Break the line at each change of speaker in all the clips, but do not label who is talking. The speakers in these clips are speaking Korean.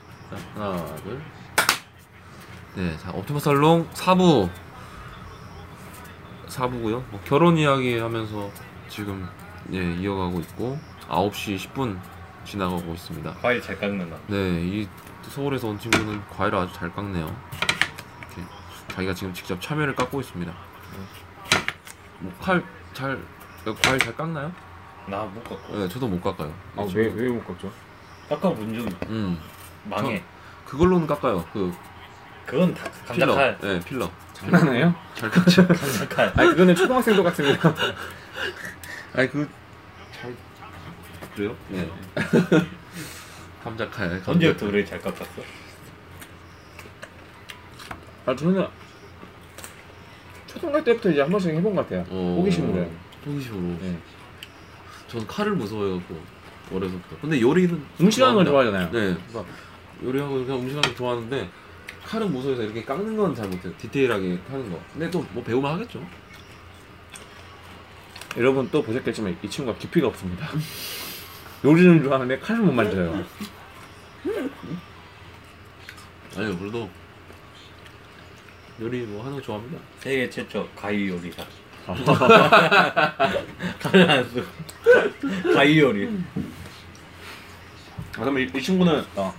자, 하나, 둘. 네, 자, 옵티머 살롱 4부. 4부고요. 뭐 결혼 이야기 하면서 지금 예, 이어가고 있고 9시 10분 지나가고 있습니다.
과일 잘 깎는다.
네, 이 서울에서 온 친구는 과일을 아주 잘 깎네요. 이렇게 자기가 지금 직접 참외를 깎고 있습니다. 뭐칼잘 과일 잘 깎나요?
나 못 깎고.
네, 저도 못 깎아요.
아 왜 왜 못 깎죠?
깎아본 적 있-
음,
망해.
그걸로는 깎아요. 그
그건 다
필러.
감자칼.
네, 필러.
장난해요?
잘 깎죠.
감자칼.
아 그거는 초등학생도 같습니다.
아니 그잘 그래요? 네. 감자칼.
언제부터 그래 잘 깎았어?
아 저는 초등학교 때부터 이제 한 번씩 해본 것 같아요.
어.
호기심으로요.
호기심으로.
네.
저는 칼을 무서워해갖고 어려서부터. 근데 요리는
음식하는 걸
좋아합니다.
좋아하잖아요.
네. 그래서 요리하고 그냥 음식하는 거 좋아하는데 칼은 무서워서 이렇게 깎는 건 잘 못해요. 디테일하게 하는 거. 근데 또 뭐 배우면 하겠죠.
여러분 또 보셨겠지만 이 친구가 깊이가 없습니다. 요리는 좋아하는데 칼을 못 만져요.
아니 그래도 요리 뭐 하는 거 좋아합니다.
세계 최초 과일 요리사.
아.
칼을 안 쓰고. 과일 요리.
아, 그러면 이, 이 친구는 어.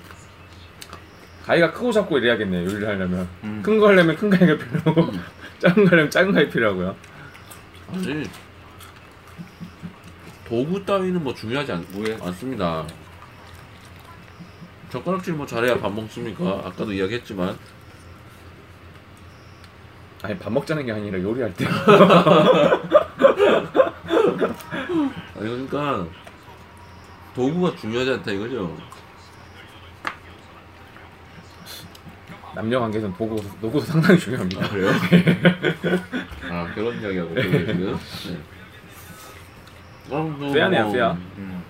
가위가 크고 작고 이래야겠네요. 요리를 하려면
음.
큰 거 하려면 큰 가위가 필요하고 작은 거 하려면 작은 가위 필요하고요.
아니 도구 따위는 뭐 중요하지 않,
뭐야?
않습니다. 젓가락질 뭐 잘해야 밥 먹습니까? 아까도 이야기했지만
아니 밥 먹자는 게 아니라 요리할 때.
아니, 그러니까 도구가 중요하지 않다 이거죠.
남녀 관계에서는 보고 노고도 상당히 중요합니다.
그래요? 아 결혼 이야기하고 있어요, 지금. 네. 어, 뭐,
쎄하네요,
뭐,
쎄야.
음.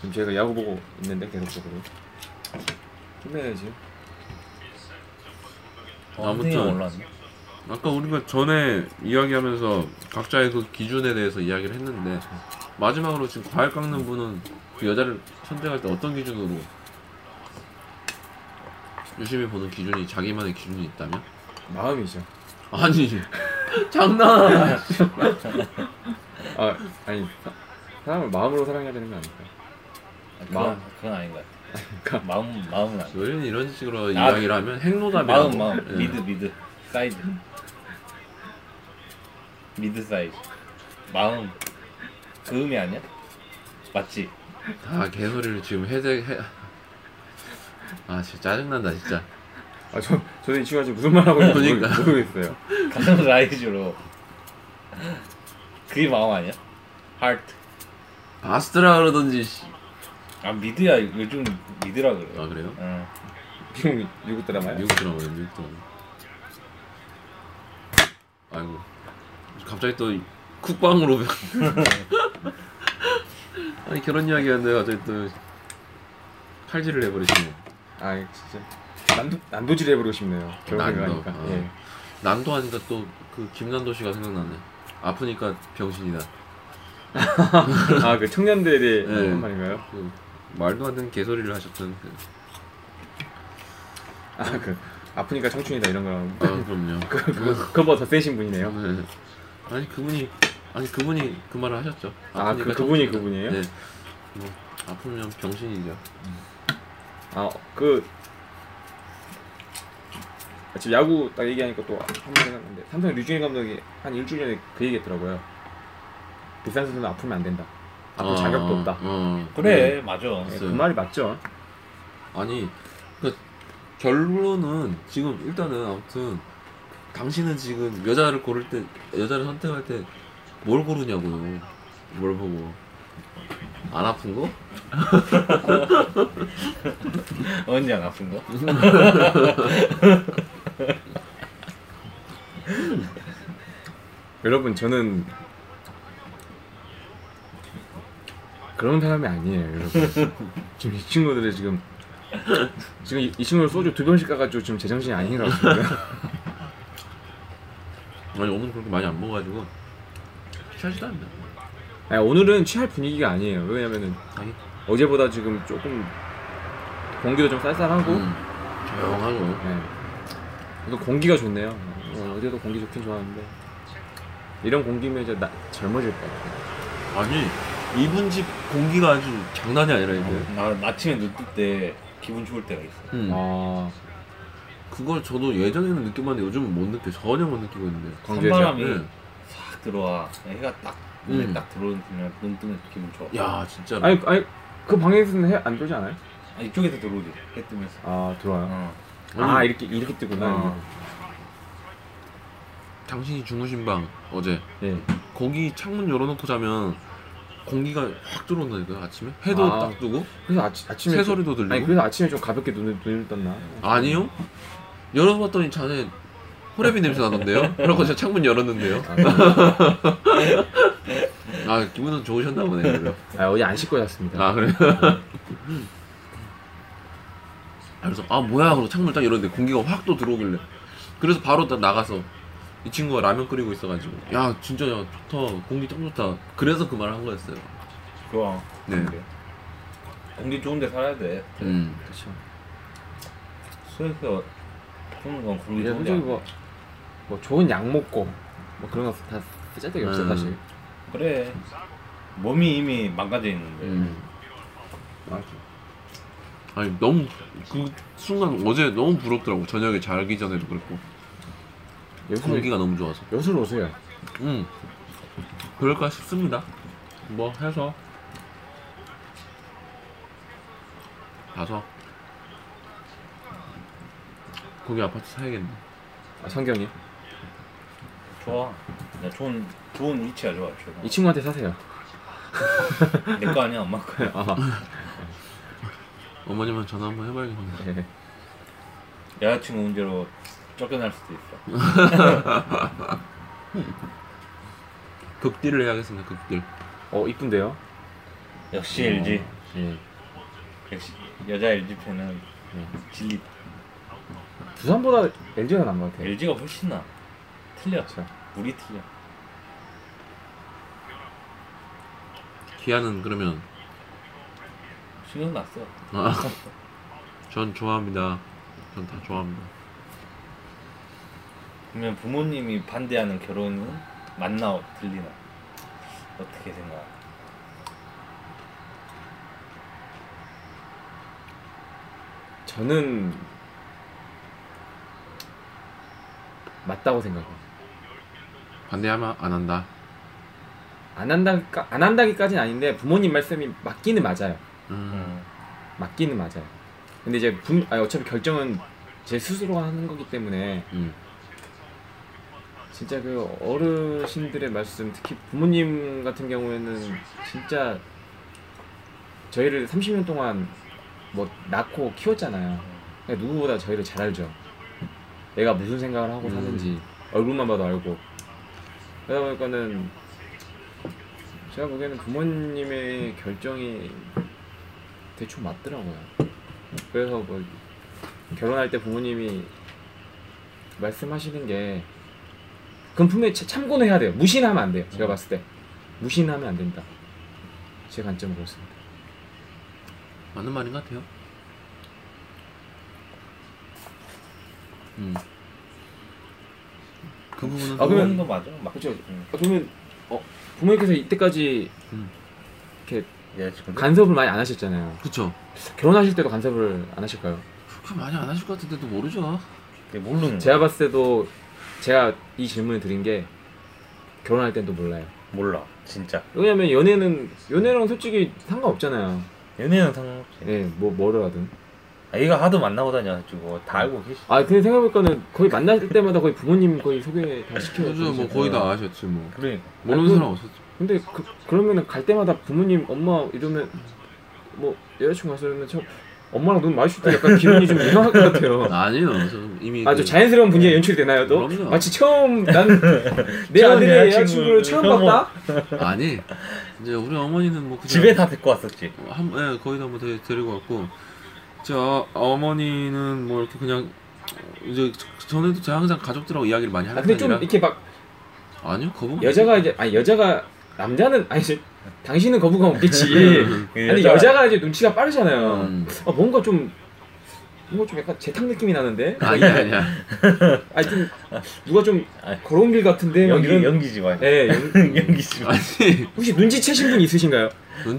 지금 제가 야구 보고 있는데 계속적으로 힘내야지.
아무튼.
어, 올랐네.
아까 우리가 전에 이야기하면서 각자의 그 기준에 대해서 이야기를 했는데 마지막으로 지금 과일 깎는 분은 그 여자를 선택할 때 어떤 기준으로 유심히 보는 기준이 자기만의 기준이 있다면?
마음이죠.
아니 장난
아 아니 사- 사람을 마음으로 사랑해야 되는 거 아닐까?
그건, 그건 아닌 것
그러니까.
같아. 마음, 마음은 아니야.
요즘 이런 식으로
아,
이야기를 하면 행로답이라고
마음, 마음.
예.
미드, 미드. 사이즈. 미드 사이즈. 마음. 그음이 아니야? 맞지?
다 개소리를 지금 해제 해... 아 진짜 짜증난다 진짜
아저 저는 이 친구가 지금 무슨 말 하고 있는지 모르-
그러니까.
모르겠어요.
가장 라이즈로 그게 마음 아니야? 하트
바스트라 그러던지 씨.
아 미드야 요즘 미드라 그래 어.
아 그래요?
응.
미국 미국 드라마요?
아, 미국 드라마예요 미국 드라마 아이고 갑자기 또 이- 쿡방으로 변- 아니 결혼 이야기 하는데 갑자기 또 칼질을 해버리시네
아 진짜 난도 난도질 해버리고 싶네요. 결혼을
난도,
하니까.
아.
예.
난도 하니까 또 그 김난도 씨가 생각나네 아프니까 병신이다
아그 청년들에 대해 뭐
네.
한 말인가요?
그 말도 안 되는 개소리를 하셨던 그.
아 그 아프니까 청춘이다 이런
아
거.
그럼요
그 그거 그거보다 더 세신 분이네요.
네. 아니 그분이 아니 그분이 그 말을 하셨죠
아, 그-
아프니까
그분이
정신이다.
그분이에요?
네 뭐, 아프면 병신이죠
아그 지금 야구 딱 얘기하니까 또 한 번 생각났는데 삼성 류중일 감독이 한 일주일 전에 그 얘기했더라고요. 비싼 선수는 아프면 안 된다. 아플
어,
자격도 없다.
어.
그래 맞아
예, 그
있어요.
말이 맞죠?
아니, 그 결론은 지금 일단은 아무튼 당신은 지금 여자를 고를 때 여자를 선택할 때 뭘 고르냐고요. 뭘 보고 안 아픈 거?
언제 안 아픈
음.
거?
여러분 저는 그런 사람이 아니에요 여러분 지금 이 친구들의 지금 지금 이, 이 친구들 소주 두 병씩 까가지고 지금 제정신이 아닌 것 같습니다
아니 오늘 그렇게 많이 안 먹어가지고 취하지도 않네.
아니, 오늘은 취할 분위기가 아니에요 왜냐면은
아니
어제보다 지금 조금 공기도 좀 쌀쌀하고
음, 조용하고
예. 오늘 공기가 좋네요. 어, 어제도 공기 좋긴 좋았는데 이런 공기면 이제 나, 젊어질 것 같아요.
아니 이분 집 공기가 아주 장난이 아니라 이게
나 아침에 눈 뜰 때 기분 좋을 때가 있어.
음.
어. 아,
그걸 저도 예전에는 느꼈는데 요즘은 못 느껴 전혀 못 느끼고 있는데
광주에
찬바람이
네.
싹 들어와. 해가 딱 눈에
음.
딱 들어오면 눈 뜨면 기분 좋아.
야 진짜로
아니 아니 그 방에서는 해, 안 들지 않아요?
아, 이쪽에서 들어오지. 해 뜨면서.
아 들어와요.
어.
음.
아 이렇게 이렇게 뜨구나.
어.
당신이 주무신 방 어제
예.
거기 창문 열어놓고 자면 공기가 확 들어온다니까요 아침에 해도
아.
딱 뜨고
그래서 아침 아침에 좀-
새소리도 들리고
아니 그래서 아침에 좀 가볍게 눈을 눈을 떴나?
아니요? 열어봤더니 자네 호레비 냄새 나던데요? 그러고 제가 창문 열었는데요.
아,
아 기분은 좋으셨나 보네. 그래요.
아 어제 안 씻고 잤습니다.
아 그래. 그래서 아 뭐야 그러고 창문 딱 열었는데 공기가 확 또 들어오길래 그래서 바로 딱 나가서 이 친구가 라면 끓이고 있어가지고 야 진짜 야 좋다 공기 딱 좋다 그래서 그 말을 한 거였어요.
좋아.
네.
근데 공기 좋은 데 살아야 돼.
음.
그렇죠.
수에서 푸는 건 공기
이제
좋은
솔직히
데.
뭐, 뭐 좋은 약 먹고 뭐 그런 거 다 쓰잘데기 없어
음.
사실.
그래. 몸이 이미 망가져 있는데.
음. 아, 아니 너무 그 순간 어제 너무 부럽더라고 저녁에 자기 전에도 그랬고
여기서
공기가 너무 좋아서.
여기서 오세요.
음 그럴까 싶습니다 뭐 해서 가서 거기 아파트 사야겠네
아, 성경이
좋아. 나 좋은 좋은 위치야 좋아.
이 친구한테 사세요.
내거 아니야 엄마 거야.
아,
어머님한테 전화 한번 해봐야겠네
예.
여자친구 문제로 쫓겨날 수도 있어.
극딜을 해야겠습니다 극딜
어 이쁜데요?
역시 LG.
예.
역시 여자 LG 팬은 진리.
부산보다 LG가 나은 것 같아요.
LG가 훨씬 나. 틀려.
그렇죠.
우리 틀려.
기아는 그러면
신경 났어.
아, 전 좋아합니다 전 다 좋아합니다
그러면 부모님이 반대하는 결혼은 맞나 어- 들리나 어떻게 생각?
저는 맞다고 생각해요.
반대하면 안 한다
안 한다 안 한다기까지는 아닌데 부모님 말씀이 맞기는 맞아요.
음,
음.
맞기는 맞아요. 근데 이제 분, 아니, 어차피 결정은 제 스스로가 하는 거기 때문에
음.
진짜 그 어르신들의 말씀 특히 부모님 같은 경우에는 진짜 저희를 30년 동안 뭐 낳고 키웠잖아요. 그러니까 누구보다 저희를 잘 알죠. 내가 무슨 생각을 하고
음.
사는지 얼굴만 봐도 알고 그러다 보니까는 제가 보기에는 부모님의 결정이 대충 맞더라고요. 그래서 뭐 결혼할 때 부모님이 말씀하시는 게 그건 분명히 참- 참고는 해야 돼요. 무신하면 안 돼요. 제가 봤을 때 무신하면 안 된다. 제 관점은 그렇습니다.
맞는 말인 것 같아요 음. 그 부분은
아,
아
그러면-
그도 맞아. 맞
그쵸.
음.
아, 그러면 어, 부모님께서 이때까지
음.
이렇게
여자친구.
간섭을 많이 안 하셨잖아요.
그쵸
결혼하실 때도 간섭을 안 하실까요?
그렇게 많이 안 하실 것 같은데도 모르죠.
모르는.
제가 봤을 때도 제가 이 질문을 드린 게 결혼할 땐 또 몰라요.
거야. 몰라. 진짜.
왜냐면 연애는 연애랑 솔직히 상관없잖아요.
연애는 상관없지.
예, 뭐 뭐를 하든.
아, 얘가 하도 만나고 다녀가지고 다 알고 계시.
아 근데 생각해보니까는 거의 만날 때마다 거의 부모님 거의 소개 다 시켜요.
그죠, 뭐 거의 다 아셨지 뭐.
그러니까.
모르는
네. 그-
사람 없었죠.
근데 그, 그러면은 갈 때마다 부모님 엄마 이러면 뭐 여자친구 왔으면 저 엄마랑 눈 마주칠 때 약간 기분이 좀 이상할 것 같아요.
아니요, 저 이미
아 저
그-
자연스러운 분위기 연출이 되나요 또?
그럼요.
마치 처음 난 내
처음 여자친구를
아들의 여자친구를 처음
처음
봤다?
아니 이제 우리 어머니는 뭐 그냥
집에 다 데리고 왔었지.
한 예, 거의 다 뭐 데리고 왔고 저 어머니는 뭐 이렇게 그냥 이제 저- 전에도 제가 항상 가족들하고 이야기를 많이
아
하는
근데 좀
편이라
이렇게 막
아니요 거부
여자가 이제 아니 여자가 남자는 아니 이제 당신은 거부감
음.
없겠지. 음.
그
아니 여자가 이제 눈치가 빠르잖아요.
음.
아, 뭔가 좀 뭔가 좀 약간 재탕 느낌이 나는데.
아니야 아니야
아니 좀 누가 좀
아.
걸어온 길 같은데 막
연기
이런.
연기지 마.
예. 연-
연기지 마.
아니
혹시 눈치채신 분 있으신가요?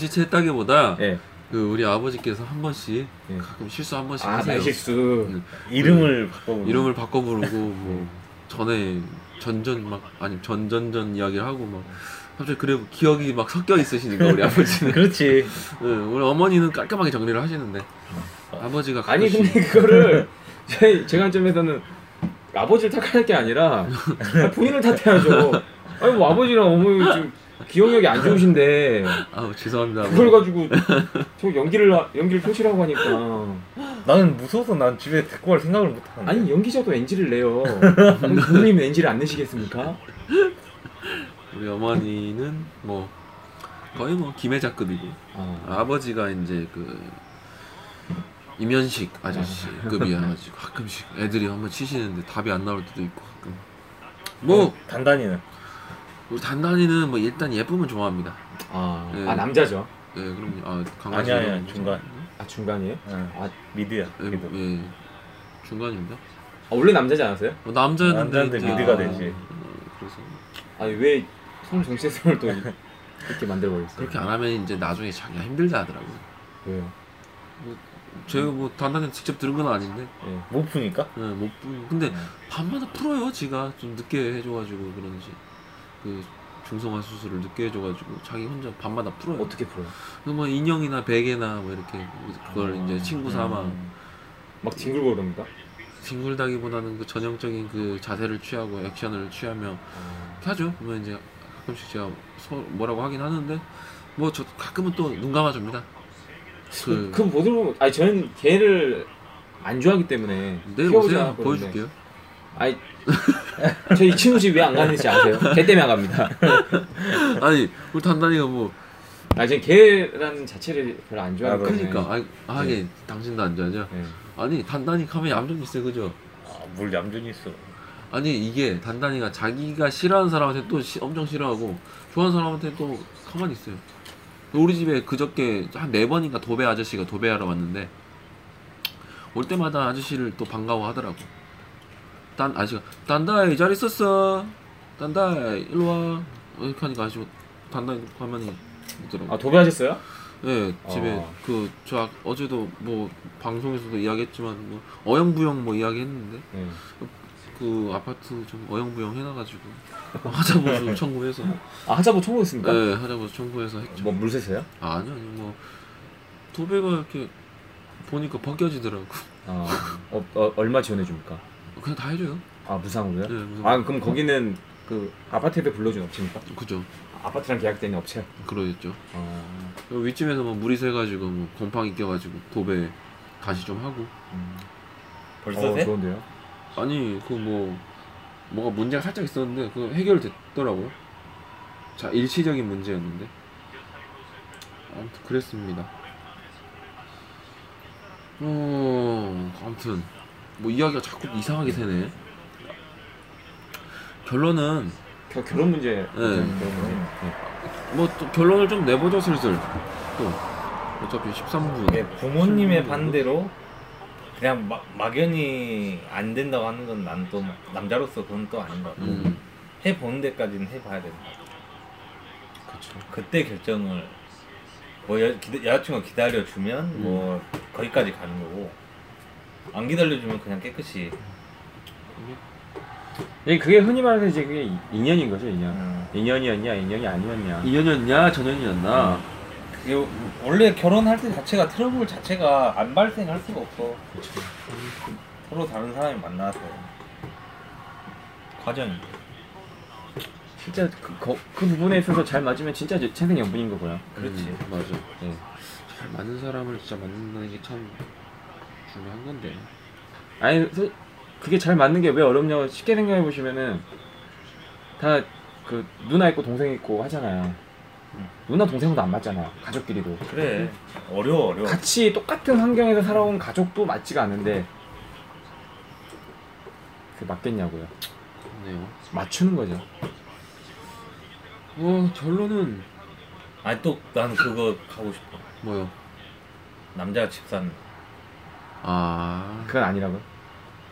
눈치챘다기보다
예.
그 우리 아버지께서 한 번씩
예.
가끔 실수 한 번씩
아
하세요
날실수. 네.
이름을 바꿔보는.
이름을 바꿔 부르고 뭐 전에 전전 막 아니 전전전 이야기를 하고 막 갑자기 그래 기억이 막 섞여 있으시니까 우리 아버지는
그렇지.
네, 우리 어머니는 깔끔하게 정리를 하시는데 아버지가
아니
가끔씩
근데 그거를 제, 제 관점에서는 아버지를 탓할 게 아니라 본인을 탓해야죠. 아니 뭐 아버지랑 어머니 지금 기억력이 안 좋으신데
아우 죄송합니다
그걸 가지고 저 연기를 하- 연기를 표시라고 하니까
나는 무서워서 난 집에 데리고 갈 생각을 못 하는데.
아니 연기자도 NG를 내요. 그럼 부모님 NG를 안 내시겠습니까?
우리 어머니는 뭐 거의 뭐 김혜자급이고
아,
아버지가 이제 그 임현식 아저씨 그 급이어가지고 가끔씩 애들이 한번 치시는데 답이 안 나올 때도 있고 가끔 뭐
어, 네. 단단히는.
우리 단단이는 뭐 일단 예쁘면 좋아합니다
아,
예.
아, 남자죠.
예 그럼요 아 강아지
아니야 아니야 중간. 뭐.
아 중간이에요?
응.
아,
어, 미드야.
예,
미드.
예 중간입니다
아, 원래 남자지 않았어요?
뭐 남자였는데
남자인데
이제-
미드가
아,
되지.
그래서
아왜 성정체성을 또 이렇게 만들어 버렸어요?
그렇게 안 하면 이제 나중에 자기가 힘들다 하더라고요
왜요?
제가 뭐 단단히 직접 들은 건 아닌데
예.
못 푸니까.
예, 못 부- 근데 밤마다 풀어요 지가 좀 늦게 해줘가지고 그런지 그 중성화 수술을 늦게 해줘가지고 자기 혼자 밤마다 풀어요
어떻게 풀어요?
그뭐 인형이나 베개나 뭐 이렇게 그걸
아,
이제 친구 삼아 네.
음.
막 뒹굴고 그럽니까?
뒹굴다기보다는 그 전형적인 그 자세를 취하고 액션을 취하며 이렇게 하죠 그러면 이제 가끔씩 제가 소- 뭐라고 하긴 하는데 뭐 저 가끔은 또 눈 감아줍니다 그,
그, 그 모든 아니 저는 걔를 안 좋아하기 때문에
내일
키워보지
오세요
않았거든요.
네, 보여줄게요
아니 저 이 친구 집 왜 안 가는지 아세요? 걔 때문에 안 갑니다.
아니 우리 단단이가 뭐
아 저는 걔라는 자체를 별로 안 좋아하기
아,
때문에.
그러니까 아이 아, 이게 당신도 안 좋아하죠
예.
아니 단단히 가면 얌전히 있어요 그죠?
아, 뭘 얌전히 있어.
아니 이게 단단히가 자기가 싫어하는 사람한테 또 시- 엄청 싫어하고 좋아하는 사람한테 또 가만히 있어요 우리 집에 그저께 한 네 번인가 도배 아저씨가 도배하러 왔는데 올 때마다 아저씨를 또 반가워하더라고 단 아저씨가 단단히 잘 있었어 단단히 일로 와 이렇게 하니까 아저씨가 단단히 가만히 있더라고
아 도배하셨어요?
예, 집에
어.
그 저 어제도 뭐 방송에서도 이야기했지만 뭐 어영부영 뭐 이야기했는데
예.
그 아파트 좀 어영부영 해놔가지고 하자보수 청구해서
아 하자보 청구했습니까?
예 하자보수 청구해서 했죠.
뭐 물세세요?
아, 아니 아니 뭐 도배가 이렇게 보니까 벗겨지더라고.
아, 어, 어, 얼마 지원해 줍니까?
그냥 다 해줘요.
아 무상으로요?
예, 무슨
아 그럼 거기는 그 아파트에도 불러준 업체입니까?
그죠?
아파트랑 계약된 업체.
그러겠죠.
아,
그리고 윗집에서 막 물이 새가지고 뭐 곰팡이 껴가지고 도배 다시 좀 하고.
음.
벌써
어,
세?
좋은데요?
아니 그 뭐 뭐가 문제가 살짝 있었는데 그 해결됐더라고요. 자 일시적인 문제였는데 아무튼 그랬습니다. 어 아무튼 뭐 이야기가 자꾸 이상하게 되네. 결론은
결- 결혼 문제. 네, 결혼 문제.
뭐 또 결론을 좀 내보죠 슬슬 또 어차피 13분
예, 부모님의 반대로 그냥 막 막연히 안 된다고 하는 건 난 또 남자로서 그건 또 아닌 것 같고
음,
해보는 데까지는 해봐야 된다.
그쵸.
그때 결정을 뭐 여, 기다, 여자친구가 기다려주면 뭐 거기까지 가는 거고 안 기다려주면 그냥 깨끗이
이게 그게 흔히 말해서 이제 그게 이- 인연인 거죠, 인연.
음,
인연이었냐, 인연이 아니었냐.
인연이었냐 전연이었나
이게 원래 결혼할 때 자체가 트러블 자체가 안 발생할 수가 없어 서로 다른 사람이 만나서 과정이
진짜 그, 거- 그 부분에 있어서 잘 맞으면 진짜 이제 생생 연분인 거고요.
그렇지
음, 맞아
예.
잘 맞는 사람을 진짜 만나는 게 참 중요한 건데
아니, 소- 그게 잘 맞는 게 왜 어렵냐고 쉽게 생각해 보시면은 다 그 누나 있고 동생 있고 하잖아요.
음.
누나 동생도 안 맞잖아요. 가족끼리도.
그래 어려워 어려워
같이 똑같은 환경에서 살아온 가족도 맞지가 않은데 그게 맞겠냐고요.
그렇네요
맞추는 거죠.
어 결론은
아니 또 나는 그거 하고 싶어.
뭐요?
남자가 집 사는.
아
그건 아니라고요?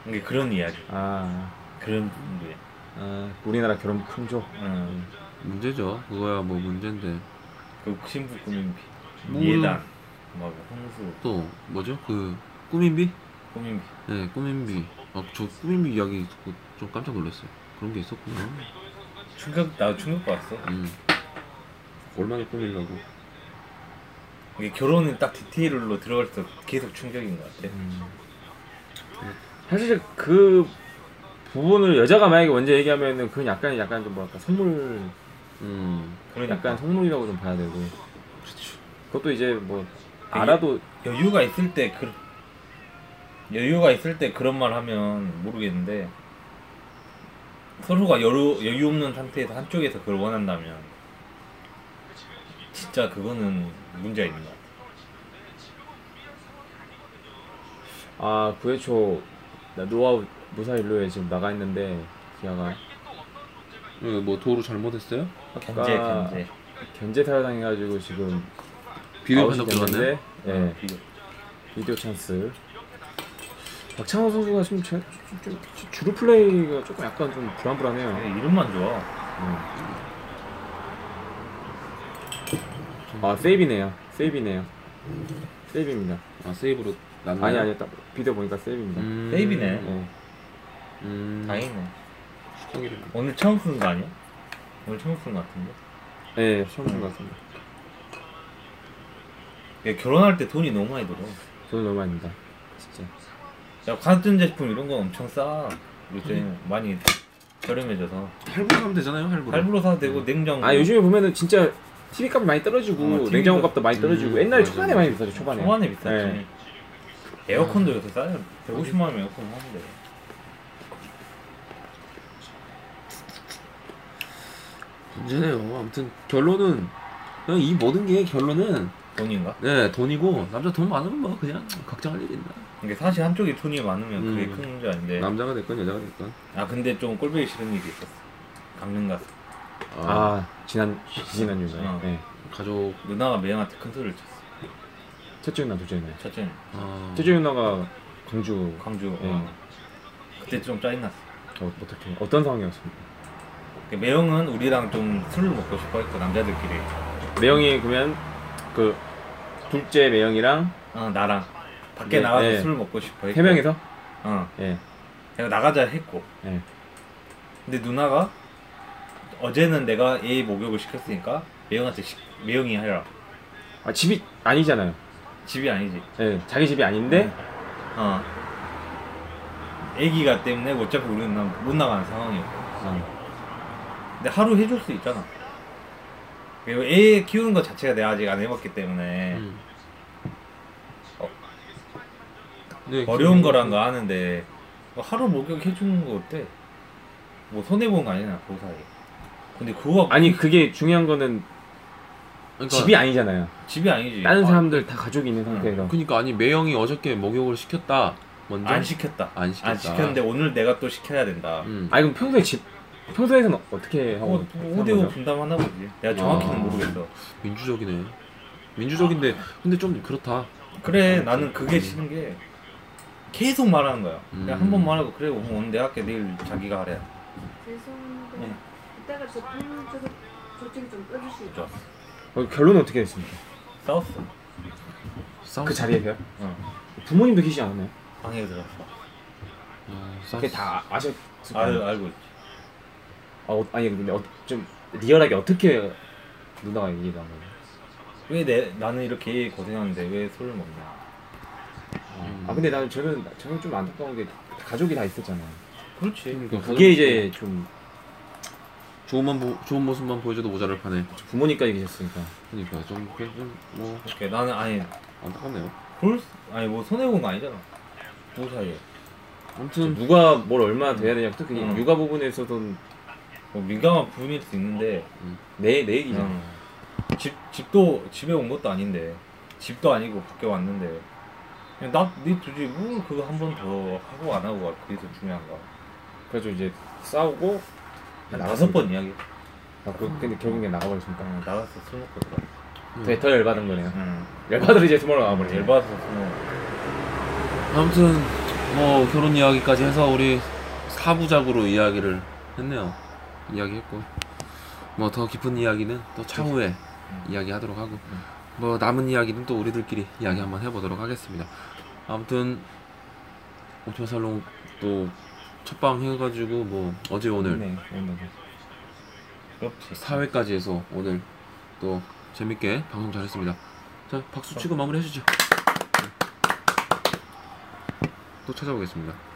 이게 그런 이야기.
아,
그런 부분들. 어.
아 우리나라 결혼 풍조.
응.
문제죠. 그거야 뭐 문제인데
그 신부 꾸민 비.
뭐-
미에당. 막 홍수
또 뭐죠? 그 꾸민비?
꾸민 비.
네 꾸민비. 아저 꾸민비 이야기 듣고 좀 깜짝 놀랐어요. 그런 게 있었구나.
충격 나 충격 받았어.
음. 얼마나 꾸밀라고?
이게 결혼은 딱 디테일로 들어갈 때 계속 충격인 것 같아.
음. 사실 그 부분을 여자가 만약에 먼저 얘기하면은 그건 약간 약간 좀 뭐랄까 선물
음.
그러니까
약간 선물이라고 좀 봐야 되고.
그렇죠.
그것도 이제 뭐
되게-
알아도
여유가 있을 때 그 여유가 있을 때 그런 말 하면 모르겠는데 서로가 여유 여유 없는 상태에서 한쪽에서 그걸 원한다면 진짜 그거는 문제 있는 것 같아.
아 9회 초 노하우 무사 일로에 지금 나가 있는데 기아가
예, 뭐 도로 잘못했어요?
아,
견제
그러니까
견제.
견제 타당해가지고 지금
비료
아웃이
판독 들어갔네. 음.
됐는데, 예
이거
비디오 찬스. 박창호 선수가 지금 제, 좀, 좀 주루 플레이가 조금 약간 좀 불안불안해요.
이름만
음.
좋아.
아 세이비네요. 세이비네요. 세이비입니다.
아 세이브로 남네.
아니 아니 딱 비디오 보니까 세이비입니다.
음.
세이브네.
예.
음.
다행이네.
수동이래.
오늘 처음 쓰는 거 아니야? 오늘 처음 쓰는 거 같은데.
예, 처음 본것 같습니다.
야, 예, 결혼할 때 돈이 너무 많이 들어.
저는 너무 아닙니다. 진짜.
야 같은 제품 이런 거 엄청 싸. 요새
음.
많이 저렴해져서
할부로 하면 되잖아요. 할부로.
할부로 사도 되고 냉장고.
아 요즘에 보면은 진짜 TV 값 많이 떨어지고
어, TV
냉장고
값-
값도 많이 떨어지고
음,
옛날에
맞아,
초반에
맞아.
많이 비싸죠 초반에.
초반에 비싸지.
네. 음.
에어컨도 요새 싸요. 150만 원 에어컨 하는데.
문제네요. 아무튼 결론은 그냥 이 모든 게 결론은
돈인가?
네 돈이고 남자 돈 많으면 뭐 그냥 걱정할 일 있나?
이게 사실 한쪽이 돈이 많으면 그게
음.
큰 문제 아닌데.
남자가 됐건 여자가 됐건.
아 근데 좀 꼴보기 싫은 일이 있었어. 강릉 가서
아,
아 지난 지난 주에
어.
네.
가족.
누나가 매형한테 큰 소리를 쳤어.
첫째 누나 둘째 누나.
첫째는
아,
첫째 누나가 광주
광주.
네.
어. 그때 좀 짜증났어.
어, 어떻게 어떤 상황이었습니까?
그 매형은 우리랑 좀 술을 먹고 싶어했고 남자들끼리.
매영이 그러면 그 둘째 매영이랑
어 나랑 밖에
네,
나가서
네.
술을 먹고 싶어했고.
세 명이서
어.
예.
내가 나가자 했고.
예.
근데 누나가 어제는 내가 얘 목욕을 시켰으니까 매형한테 시, 매형이 해라.
아 집이 아니잖아요.
집이 아니지.
예. 자기 집이 아닌데
어. 애기가 때문에 어차피 우리는 나- 못 나가는 상황이었고.
아,
근데 하루 해줄 수 있잖아. 그리고 애 키우는 것 자체가 내가 아직 안 해봤기 때문에
음.
어.
네,
어려운
그-
거란 거 아는데 뭐 하루 목욕 해주는 거 어때? 뭐 손해 본거 아니냐 그 사이. 근데 그거
아니 그게 중요한 거는
그러니까,
집이 아니잖아요.
집이 아니지.
다른
아,
사람들 다 가족이 있는 상태에서
그러니까 아니 매형이 어저께 목욕을 시켰다. 먼저
아, 안 시켰다.
안 시켰다.
안 아, 시켰는데 뭐. 오늘 내가 또 시켜야 된다.
음.
아니 그럼 평소에 집 평소에는 어- 어떻게 하고
뭐
사는
5대5
거죠?
분담하나 보지. 내가 정확히는
아.
모르겠어.
민주적이네. 민주적인데 근데 좀 그렇다.
그래 나는 그게 싫은 게 계속 말하는 거야. 그냥
음.
한 번 말하고 그래 오늘 오늘 내가 할게 내일 자기가 하래.
죄송한데
네.
이따가 저 팬, 저거 저쪽에 좀 빼주시죠.
좋았어.
어, 결론은 어떻게 됐습니까?
싸웠어.
싸우.
그 자리에서요?
어.
부모님도 계시지 않았나요?
방에 들어갔어.
아, 싸우.
그게 다 아셨을
아,
거예요.
알고 있지.
아, 어, 아니 근데 어, 좀 리얼하게 어떻게 누나가 얘기를 한 거예요?
왜 내, 나는 이렇게 고생하는데 왜 술을 먹냐.
아, 아 근데 나는 저는 저는 좀 안타까운 게 가족이 다 있었잖아요.
그렇지.
그러니까
그게 이제 좀
좋은 모, 좋은 모습만 보여줘도 모자랄 판에.
부모님까지 계셨으니까
그러니까 좀좀뭐
오케이 나는 아니
안타깝네요.
볼 수- 아니 뭐 손해 본 거 아니잖아. 두 사이에
아무튼
누가 뭘 얼마나 돼야 되냐 특히
음.
육아 부분에서도
뭐 민감한 부분일 수 있는데
내, 내 얘기잖아.
음. 집 집도 집에 온 것도 아닌데 집도 아니고 밖에 왔는데 그냥 나네 주지 뭐 그거 한 번 더 하고 안 하고 가 그게 더 중요한 거야
그래서 이제 싸우고
한 다섯 번 음. 이야기
아, 그, 근데 결국에 나가버렸으니까
어, 나가서 술 먹고 들어
되게 더 열받은 거네요.
음.
열받으로 이제 스몰로
아무리
나와버리네.
열받아서 쓰는
아무튼 뭐 결혼 이야기까지 해서 우리 사부작으로 이야기를 했네요. 이야기했고 뭐 더 깊은 이야기는 또 차후에 이야기하도록 하고 뭐 남은 이야기는 또 우리들끼리 이야기 한번 해보도록 하겠습니다. 아무튼 오토 살롱 또 첫방 해가지고 뭐 어제 오늘
네, 오늘.
그렇지.
사회까지 해서 오늘 또 재밌게 방송 잘했습니다. 자 박수 치고 마무리 해주죠. 네. 또 찾아오겠습니다.